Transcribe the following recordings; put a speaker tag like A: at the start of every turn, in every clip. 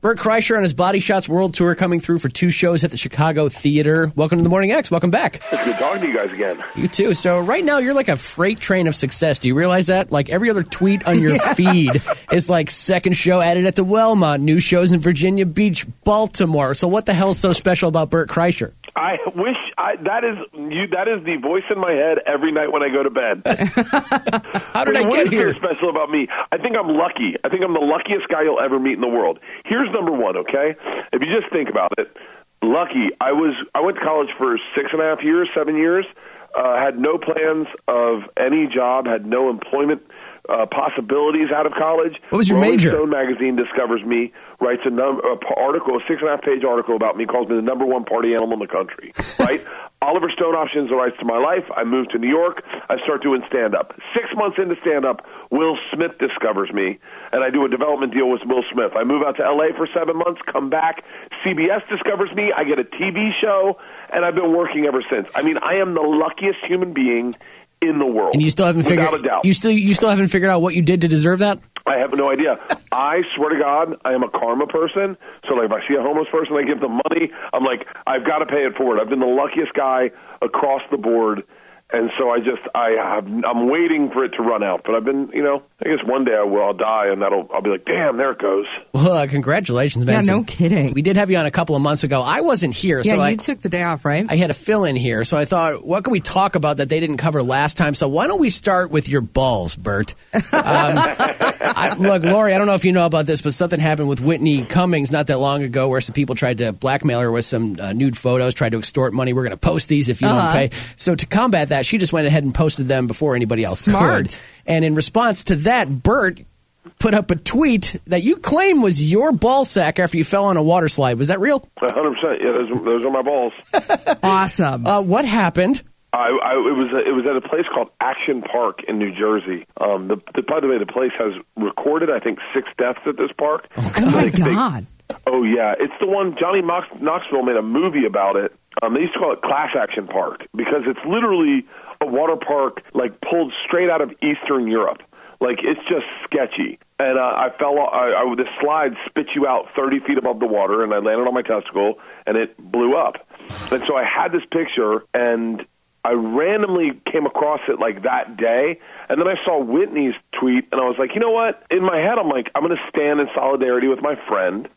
A: Bert Kreischer on his Body Shots World Tour coming through for two shows at the Chicago Theater. Welcome to the Morning X. Welcome back.
B: It's good talking to you guys again.
A: You too. So right now you're like a freight train of success. Do you realize that? Like every other tweet on your feed is like second show added at the Wellmont, new shows in Virginia Beach, Baltimore. So what the hell's so special about Bert Kreischer?
B: I wish I, that is you. That is the voice in my head every night when I go to bed.
A: How did I
B: What
A: get
B: is
A: here?
B: so special about me? I think I'm lucky. I think I'm the luckiest guy you'll ever meet in the world. Here's number one. Okay, if you just think about it, lucky. I was. I went to college for six and a half years, seven years. Uh, had no plans of any job. Had no employment uh, possibilities out of college.
A: What was your
B: Rolling
A: major?
B: Stone magazine discovers me, writes a num- a p- article, a six and a half page article about me, calls me the number one party animal in the country. Right? Oliver Stone options the rights to my life. I move to New York. I start doing stand up. Six months into stand up, Will Smith discovers me, and I do a development deal with Will Smith. I move out to LA for seven months, come back. CBS discovers me. I get a TV show, and I've been working ever since. I mean, I am the luckiest human being in the world.
A: And you still haven't figured
B: without a doubt.
A: you still you still haven't figured out what you did to deserve that?
B: I have no idea. I swear to God, I am a karma person. So like, if I see a homeless person, I give them money. I'm like, I've got to pay it forward. I've been the luckiest guy across the board, and so I just, I have, I'm waiting for it to run out. But I've been, you know, I guess one day I will. I'll die, and that'll, I'll be like, damn, there it goes.
A: Well, uh, congratulations,
C: Yeah,
A: man.
C: no kidding.
A: We did have you on a couple of months ago. I wasn't here,
C: Yeah,
A: so
C: you
A: I,
C: took the day off, right?
A: I had a fill in here, so I thought, what can we talk about that they didn't cover last time? So why don't we start with your balls, Bert? Um, I, look, Lori, I don't know if you know about this, but something happened with Whitney Cummings not that long ago where some people tried to blackmail her with some uh, nude photos, tried to extort money. We're going to post these if you don't pay. So to combat that, she just went ahead and posted them before anybody else
C: Smart.
A: could. And in response to that, Bert put up a tweet that you claim was your ball sack after you fell on a water slide. Was that real?
B: 100. percent Yeah, those, those are my balls.
C: awesome.
A: Uh, what happened?
B: I, I it was a, it was at a place called Action Park in New Jersey. Um, the, the by the way, the place has recorded I think six deaths at this park.
C: oh my
B: They- they-
C: god.
B: Oh yeah, it's the one Johnny Knox, Knoxville made a movie about it. Um, they used to call it Class Action Park because it's literally a water park like pulled straight out of Eastern Europe. Like it's just sketchy. And uh, I fell. o- I, I, the slide spits you out thirty feet above the water, and I landed on my testicle, and it blew up. And so I had this picture, and I randomly came across it like that day, and then I saw Whitney's tweet, and I was like, you know what? In my head, I'm like, I'm going to stand in solidarity with my friend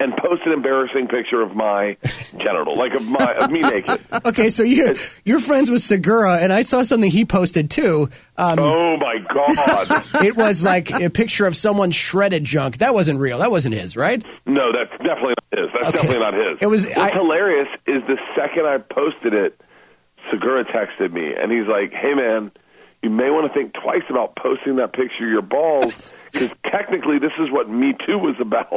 B: and post an embarrassing picture of my genital, like of my of me naked.
A: Okay, so you you're friends with Segura, and I saw something he posted too. Um,
B: Oh my god!
A: it was like a picture of someone shredded junk. That wasn't real. That wasn't his, right?
B: No, that's definitely not his. That's
A: Okay.
B: definitely not his.
A: It was-
B: What's
A: I-
B: hilarious is the second I posted it, Segura texted me and he's like, "Hey man, you may want to think twice about posting that picture of your balls because technically this is what Me Too was about."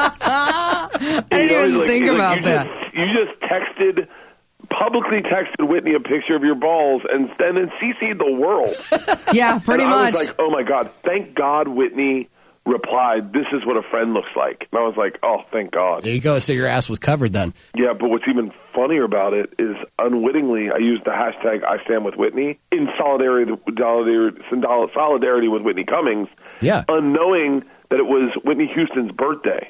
C: I didn't
B: You know,
C: even
B: he's like-
C: think
B: he's
C: about
B: like, you
C: that.
B: Just, you just texted, publicly texted Whitney a picture of your balls and then and CC'd the world.
C: yeah, pretty
B: and I
C: much.
B: was like, oh my God, thank God Whitney replied, this is what a friend looks like. And I was like, oh, thank God.
A: There you go. So your ass was covered then.
B: Yeah, but what's even funnier about it is unwittingly, I used the hashtag I stand with Whitney in solidarity, solidarity, solidarity with Whitney Cummings,
A: Yeah.
B: unknowing that it was Whitney Houston's birthday.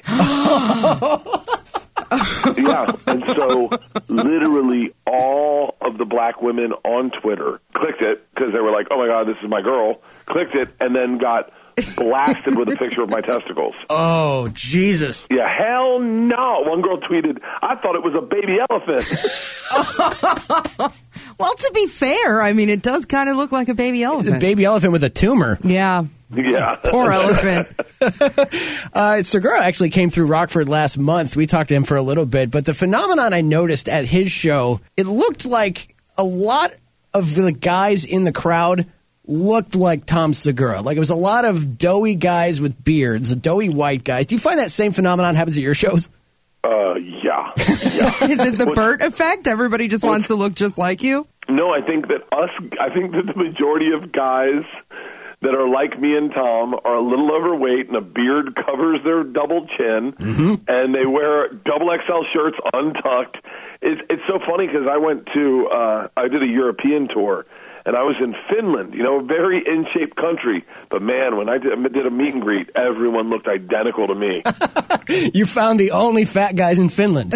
B: yeah, and so literally all of the black women on Twitter clicked it because they were like, "Oh my god, this is my girl." Clicked it and then got blasted with a picture of my testicles.
A: Oh Jesus!
B: Yeah, hell no. One girl tweeted, "I thought it was a baby elephant."
C: well, to be fair, I mean, it does kind of look like a baby
A: The
C: elephant.
A: baby elephant with a tumor.
C: yeah,
B: yeah.
C: poor elephant.
A: Uh, Segura actually came through Rockford last month. We talked to him for a little bit, but the phenomenon I noticed at his show, it looked like a lot of the guys in the crowd looked like Tom Segura. Like it was a lot of doughy guys with beards, doughy white guys. Do you find that same phenomenon happens at your shows?
B: Uh, yeah. Yeah.
C: Is it the
B: Well,
C: Bert effect? Everybody just wants to look just like you.
B: No, I think that us. I think that the majority of guys that are like me and Tom are a little overweight, and a beard covers their double chin, and they wear double XL shirts untucked. It's it's so funny because I went to uh, I did a European tour, and I was in Finland, you know, a very in shape country. But man, when I did, did a meet and greet, everyone looked identical to me.
A: You found the only fat guys in Finland.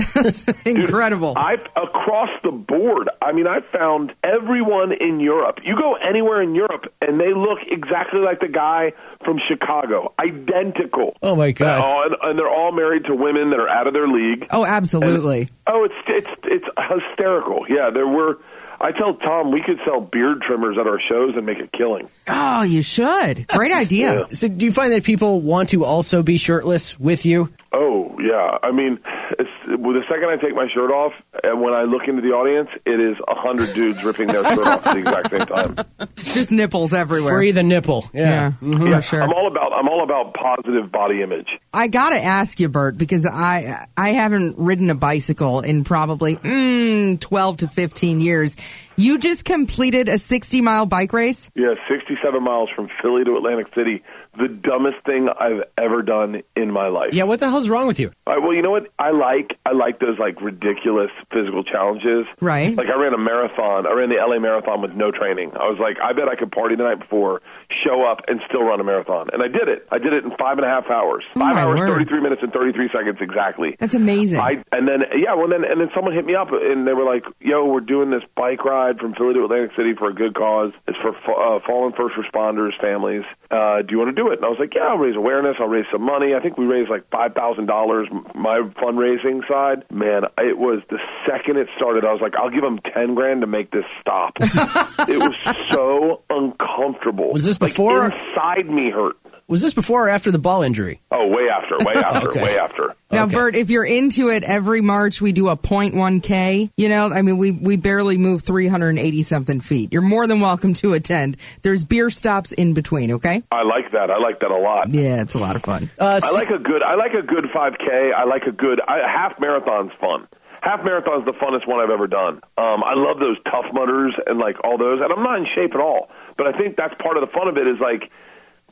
C: Incredible.
B: I across the board. I mean, I found everyone in Europe. You go anywhere in Europe, and they look exactly like the guy from Chicago, identical.
A: Oh, my God.
B: And, all- and, and they're all married to women that are out of their league.
C: Oh, absolutely.
B: Oh, it's it's it's hysterical. Yeah, there were. I tell Tom we could sell beard trimmers at our shows and make a killing.
C: Oh, you should. Great idea.
A: so do you find that people want to also be shirtless with you?
B: Oh yeah, I mean, it's, well, the second I take my shirt off and when I look into the audience, it is a hundred dudes ripping their shirt off at the exact same time.
C: Just nipples everywhere.
A: Free the nipple.
C: Yeah, Mm-hmm.
A: Yeah.
C: for
B: Yeah,
C: sure.
B: I'm all about I'm all about positive body image.
C: I gotta ask you, Bert, because I I haven't ridden a bicycle in probably mm, twelve to fifteen years. You just completed a sixty mile bike race.
B: Yeah, 67 miles from Philly to Atlantic City, the dumbest thing I've ever done in my life.
A: Yeah, what the hell's wrong with you?
B: All right, well, you know what I like? I like those like ridiculous physical challenges.
C: Right.
B: Like I ran a marathon. I ran the LA marathon with no training. I was like, I bet I could party the night before, show up, and still run a marathon. And I did it. I did it in five and a half hours. Five
C: Oh, my
B: hours,
C: word.
B: 33 minutes, and 33 seconds exactly.
C: That's amazing.
B: I and then yeah, well then and then someone hit me up and they were like, "Yo, we're doing this bike ride from Philly to Atlantic City for a good cause. It's for fa- uh, fallen first responders, families. Uh, do you want to do it?" And I was like, "Yeah, I'll raise awareness. I'll raise some money. I think we raised like five thousand dollars. My fundraising side, man, it was the second it started. I was like, "I'll give them ten grand to make this stop." it was so uncomfortable.
A: Was this
B: Like,
A: before-
B: inside me hurt?
A: Was this before or after the ball injury?
B: Oh, way after, way after,
A: Okay.
B: way after.
C: Now,
A: Okay.
C: Bert, if you're into it, every March we do a 0.1K. You know, I mean, we, we barely move 380 something feet. You're more than welcome to attend. There's beer stops in between, okay?
B: I like that. I like that a lot.
C: Yeah, it's a lot of fun.
A: Uh,
B: I like a good. I like a good 5K. I like a good I, half marathon's fun. Half marathon's the funnest one I've ever done. Um, I love those tough mutters and like all those. And I'm not in shape at all, but I think that's part of the fun of it is like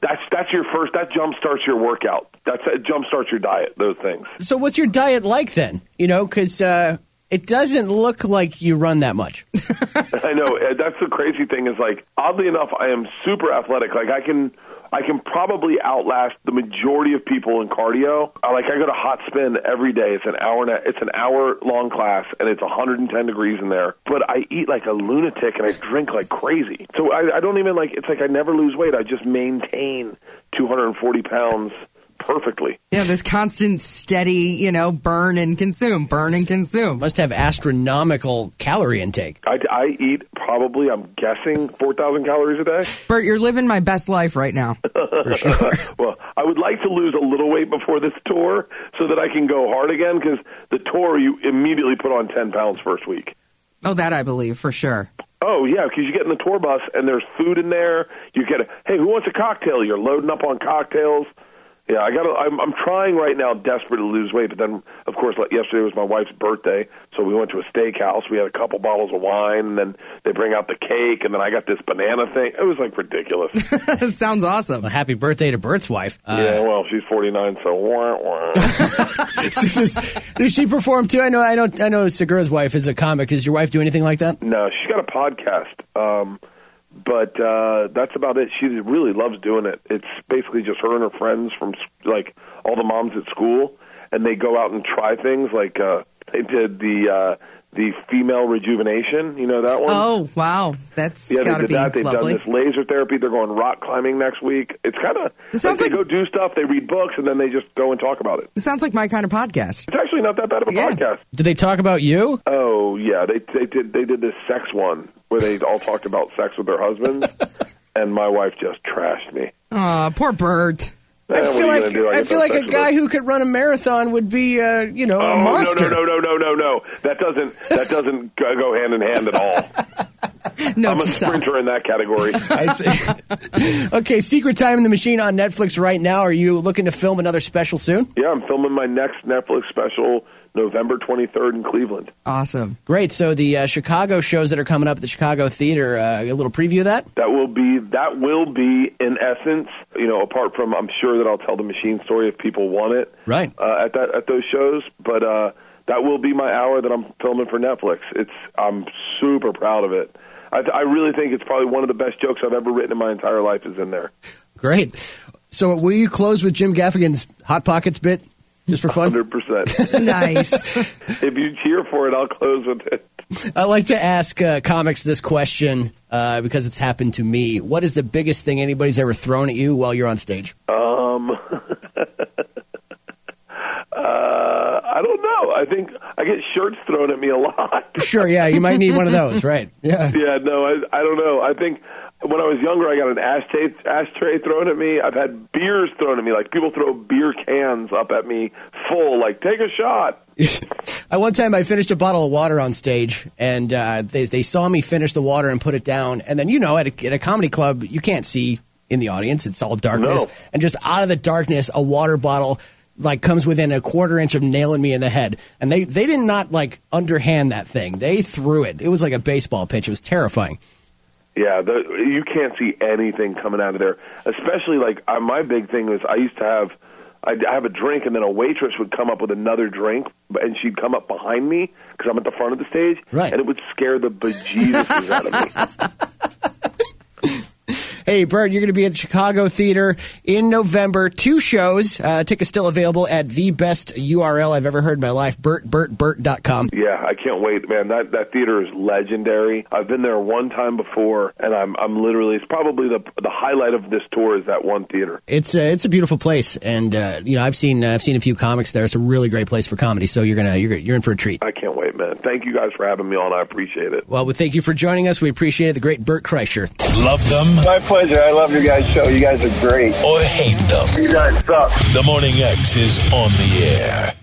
B: that's that's your first. That jump starts your workout. That's that jump starts your diet. Those things.
A: so what's your diet like then? You know, because uh, it doesn't look like you run that much.
B: I know. uh, That's the crazy thing is like oddly enough, I am super athletic. Like I can. I can probably outlast the majority of people in cardio. I, like I go to hot spin every day. It's an hour. And a, it's an hour long class, and it's 110 degrees in there. But I eat like a lunatic, and I drink like crazy. So I, I don't even like. It's like I never lose weight. I just maintain 240 pounds perfectly.
C: Yeah, this constant, steady, you know, burn and consume, burn and consume.
A: Must have astronomical calorie intake.
B: I, I eat probably. I'm guessing 4,000 calories a day.
C: Bert, you're living my best life right now.
A: For sure.
B: Well, I would like to lose a little weight before this tour so that I can go hard again because the tour, you immediately put on 10 pounds first week.
C: Oh, that I believe for sure.
B: Oh, yeah, because you get in the tour bus and there's food in there. You get a, hey, who wants a cocktail? You're loading up on cocktails. Yeah, I got. I'm, I'm trying right now, desperate to lose weight. But then, of course, like yesterday was my wife's birthday, so we went to a steakhouse. We had a couple bottles of wine, and then they bring out the cake, and then I got this banana thing. It was like ridiculous.
C: Sounds awesome.
A: Well, happy birthday to Bert's wife.
B: yeah,
A: Uh,
B: well, she's 49, so wah, wah.
A: does she perform too? I know. I don't. I know. Segura's wife is a comic. Does your wife do anything like that?
B: No, she's got a podcast, um, but uh, that's about it. She really loves doing it. It's basically just her and her friends from s- like all the moms at school, and they go out and try things. Like uh, they did the uh, the female rejuvenation. You know that one.
C: Oh, wow. that's
B: Yeah,
C: got
B: they
C: to
B: did
C: be
B: that. They've
C: lovely.
B: done this laser therapy. They're going rock climbing next week. It's kind of
C: It sounds
B: they
C: like-
B: go do stuff. They read books and then they just go and talk about it.
C: It sounds like my kind of podcast.
B: It's actually not that bad of a
C: Yeah.
B: podcast.
A: Do they talk about you?
B: Oh yeah, they they did they did this sex one where they all talked about sex with their husbands, and my wife just trashed me.
C: Oh, poor Bert.
B: Eh, what are you gonna do?
A: I
B: get
A: feel
B: no
A: like a
B: sex with
A: guy
B: her.
A: who could run a marathon would be, uh, you know,
B: Oh
A: a monster.
B: no no no no no no no that doesn't that doesn't go go hand in hand at all.
C: No,
B: I'm a
C: to self.
B: sprinter in that category.
A: I see. okay, Secret Time in the Machine on Netflix right now. Are you looking to film another special soon?
B: Yeah, I'm filming my next Netflix special November 23rd in Cleveland.
C: Awesome.
A: Great. So the uh, Chicago shows that are coming up at the Chicago Theater, uh, a little preview of that?
B: That will be that will be in essence, you know, apart from I'm sure that I'll tell the machine story if people want it.
A: Right.
B: Uh, at that at those shows, but uh that will be my hour that I'm filming for Netflix. It's I'm super proud of it. I, th- I really think it's probably one of the best jokes I've ever written in my entire life is in there.
A: Great. So will you close with Jim Gaffigan's Hot Pockets bit just for fun?
B: 100%.
C: Nice.
B: if you cheer for it, I'll close with it.
A: I like to ask uh, comics this question uh, because it's happened to me. What is the biggest thing anybody's ever thrown at you while you're on stage?
B: Um, uh, I don't know. I think I get shirts thrown at me a lot.
A: Sure, yeah, you might need one of those, right? Yeah.
B: Yeah, no, I, I don't know. I think when I was younger, I got an ashtray, ashtray thrown at me. I've had beers thrown at me. Like people throw beer cans up at me, full. Like take a shot.
A: I one time I finished a bottle of water on stage, and uh, they they saw me finish the water and put it down. And then you know, at a, at a comedy club, you can't see in the audience; it's all darkness.
B: No.
A: And just out of the darkness, a water bottle like comes within a quarter inch of nailing me in the head. And they they did not like underhand that thing; they threw it. It was like a baseball pitch. It was terrifying.
B: Yeah, the, you can't see anything coming out of there. Especially like I, my big thing was I used to have I'd have a drink and then a waitress would come up with another drink and she'd come up behind me because I'm at the front of the stage
A: Right.
B: and it would scare the bejesus out of me.
A: Hey, Bert, you're going to be at the Chicago Theater in November. Two shows. Uh, tickets still available at the best URL I've ever heard in my life: bertbertbert.com.
B: Yeah, I can't wait, man. That that theater is legendary. I've been there one time before, and I'm I'm literally it's probably the the highlight of this tour is that one theater.
A: It's a, it's a beautiful place, and uh, you know I've seen uh, I've seen a few comics there. It's a really great place for comedy. So you're gonna you're you're in for a treat.
B: I can't wait, man. Thank you guys for having me on. I appreciate it.
A: Well, we thank you for joining us. We appreciate it. The great Bert Kreischer.
D: Love them
E: My pleasure. I love your guys' show. You guys are great.
D: or hate them.
E: You guys suck.
D: The Morning X is on the air.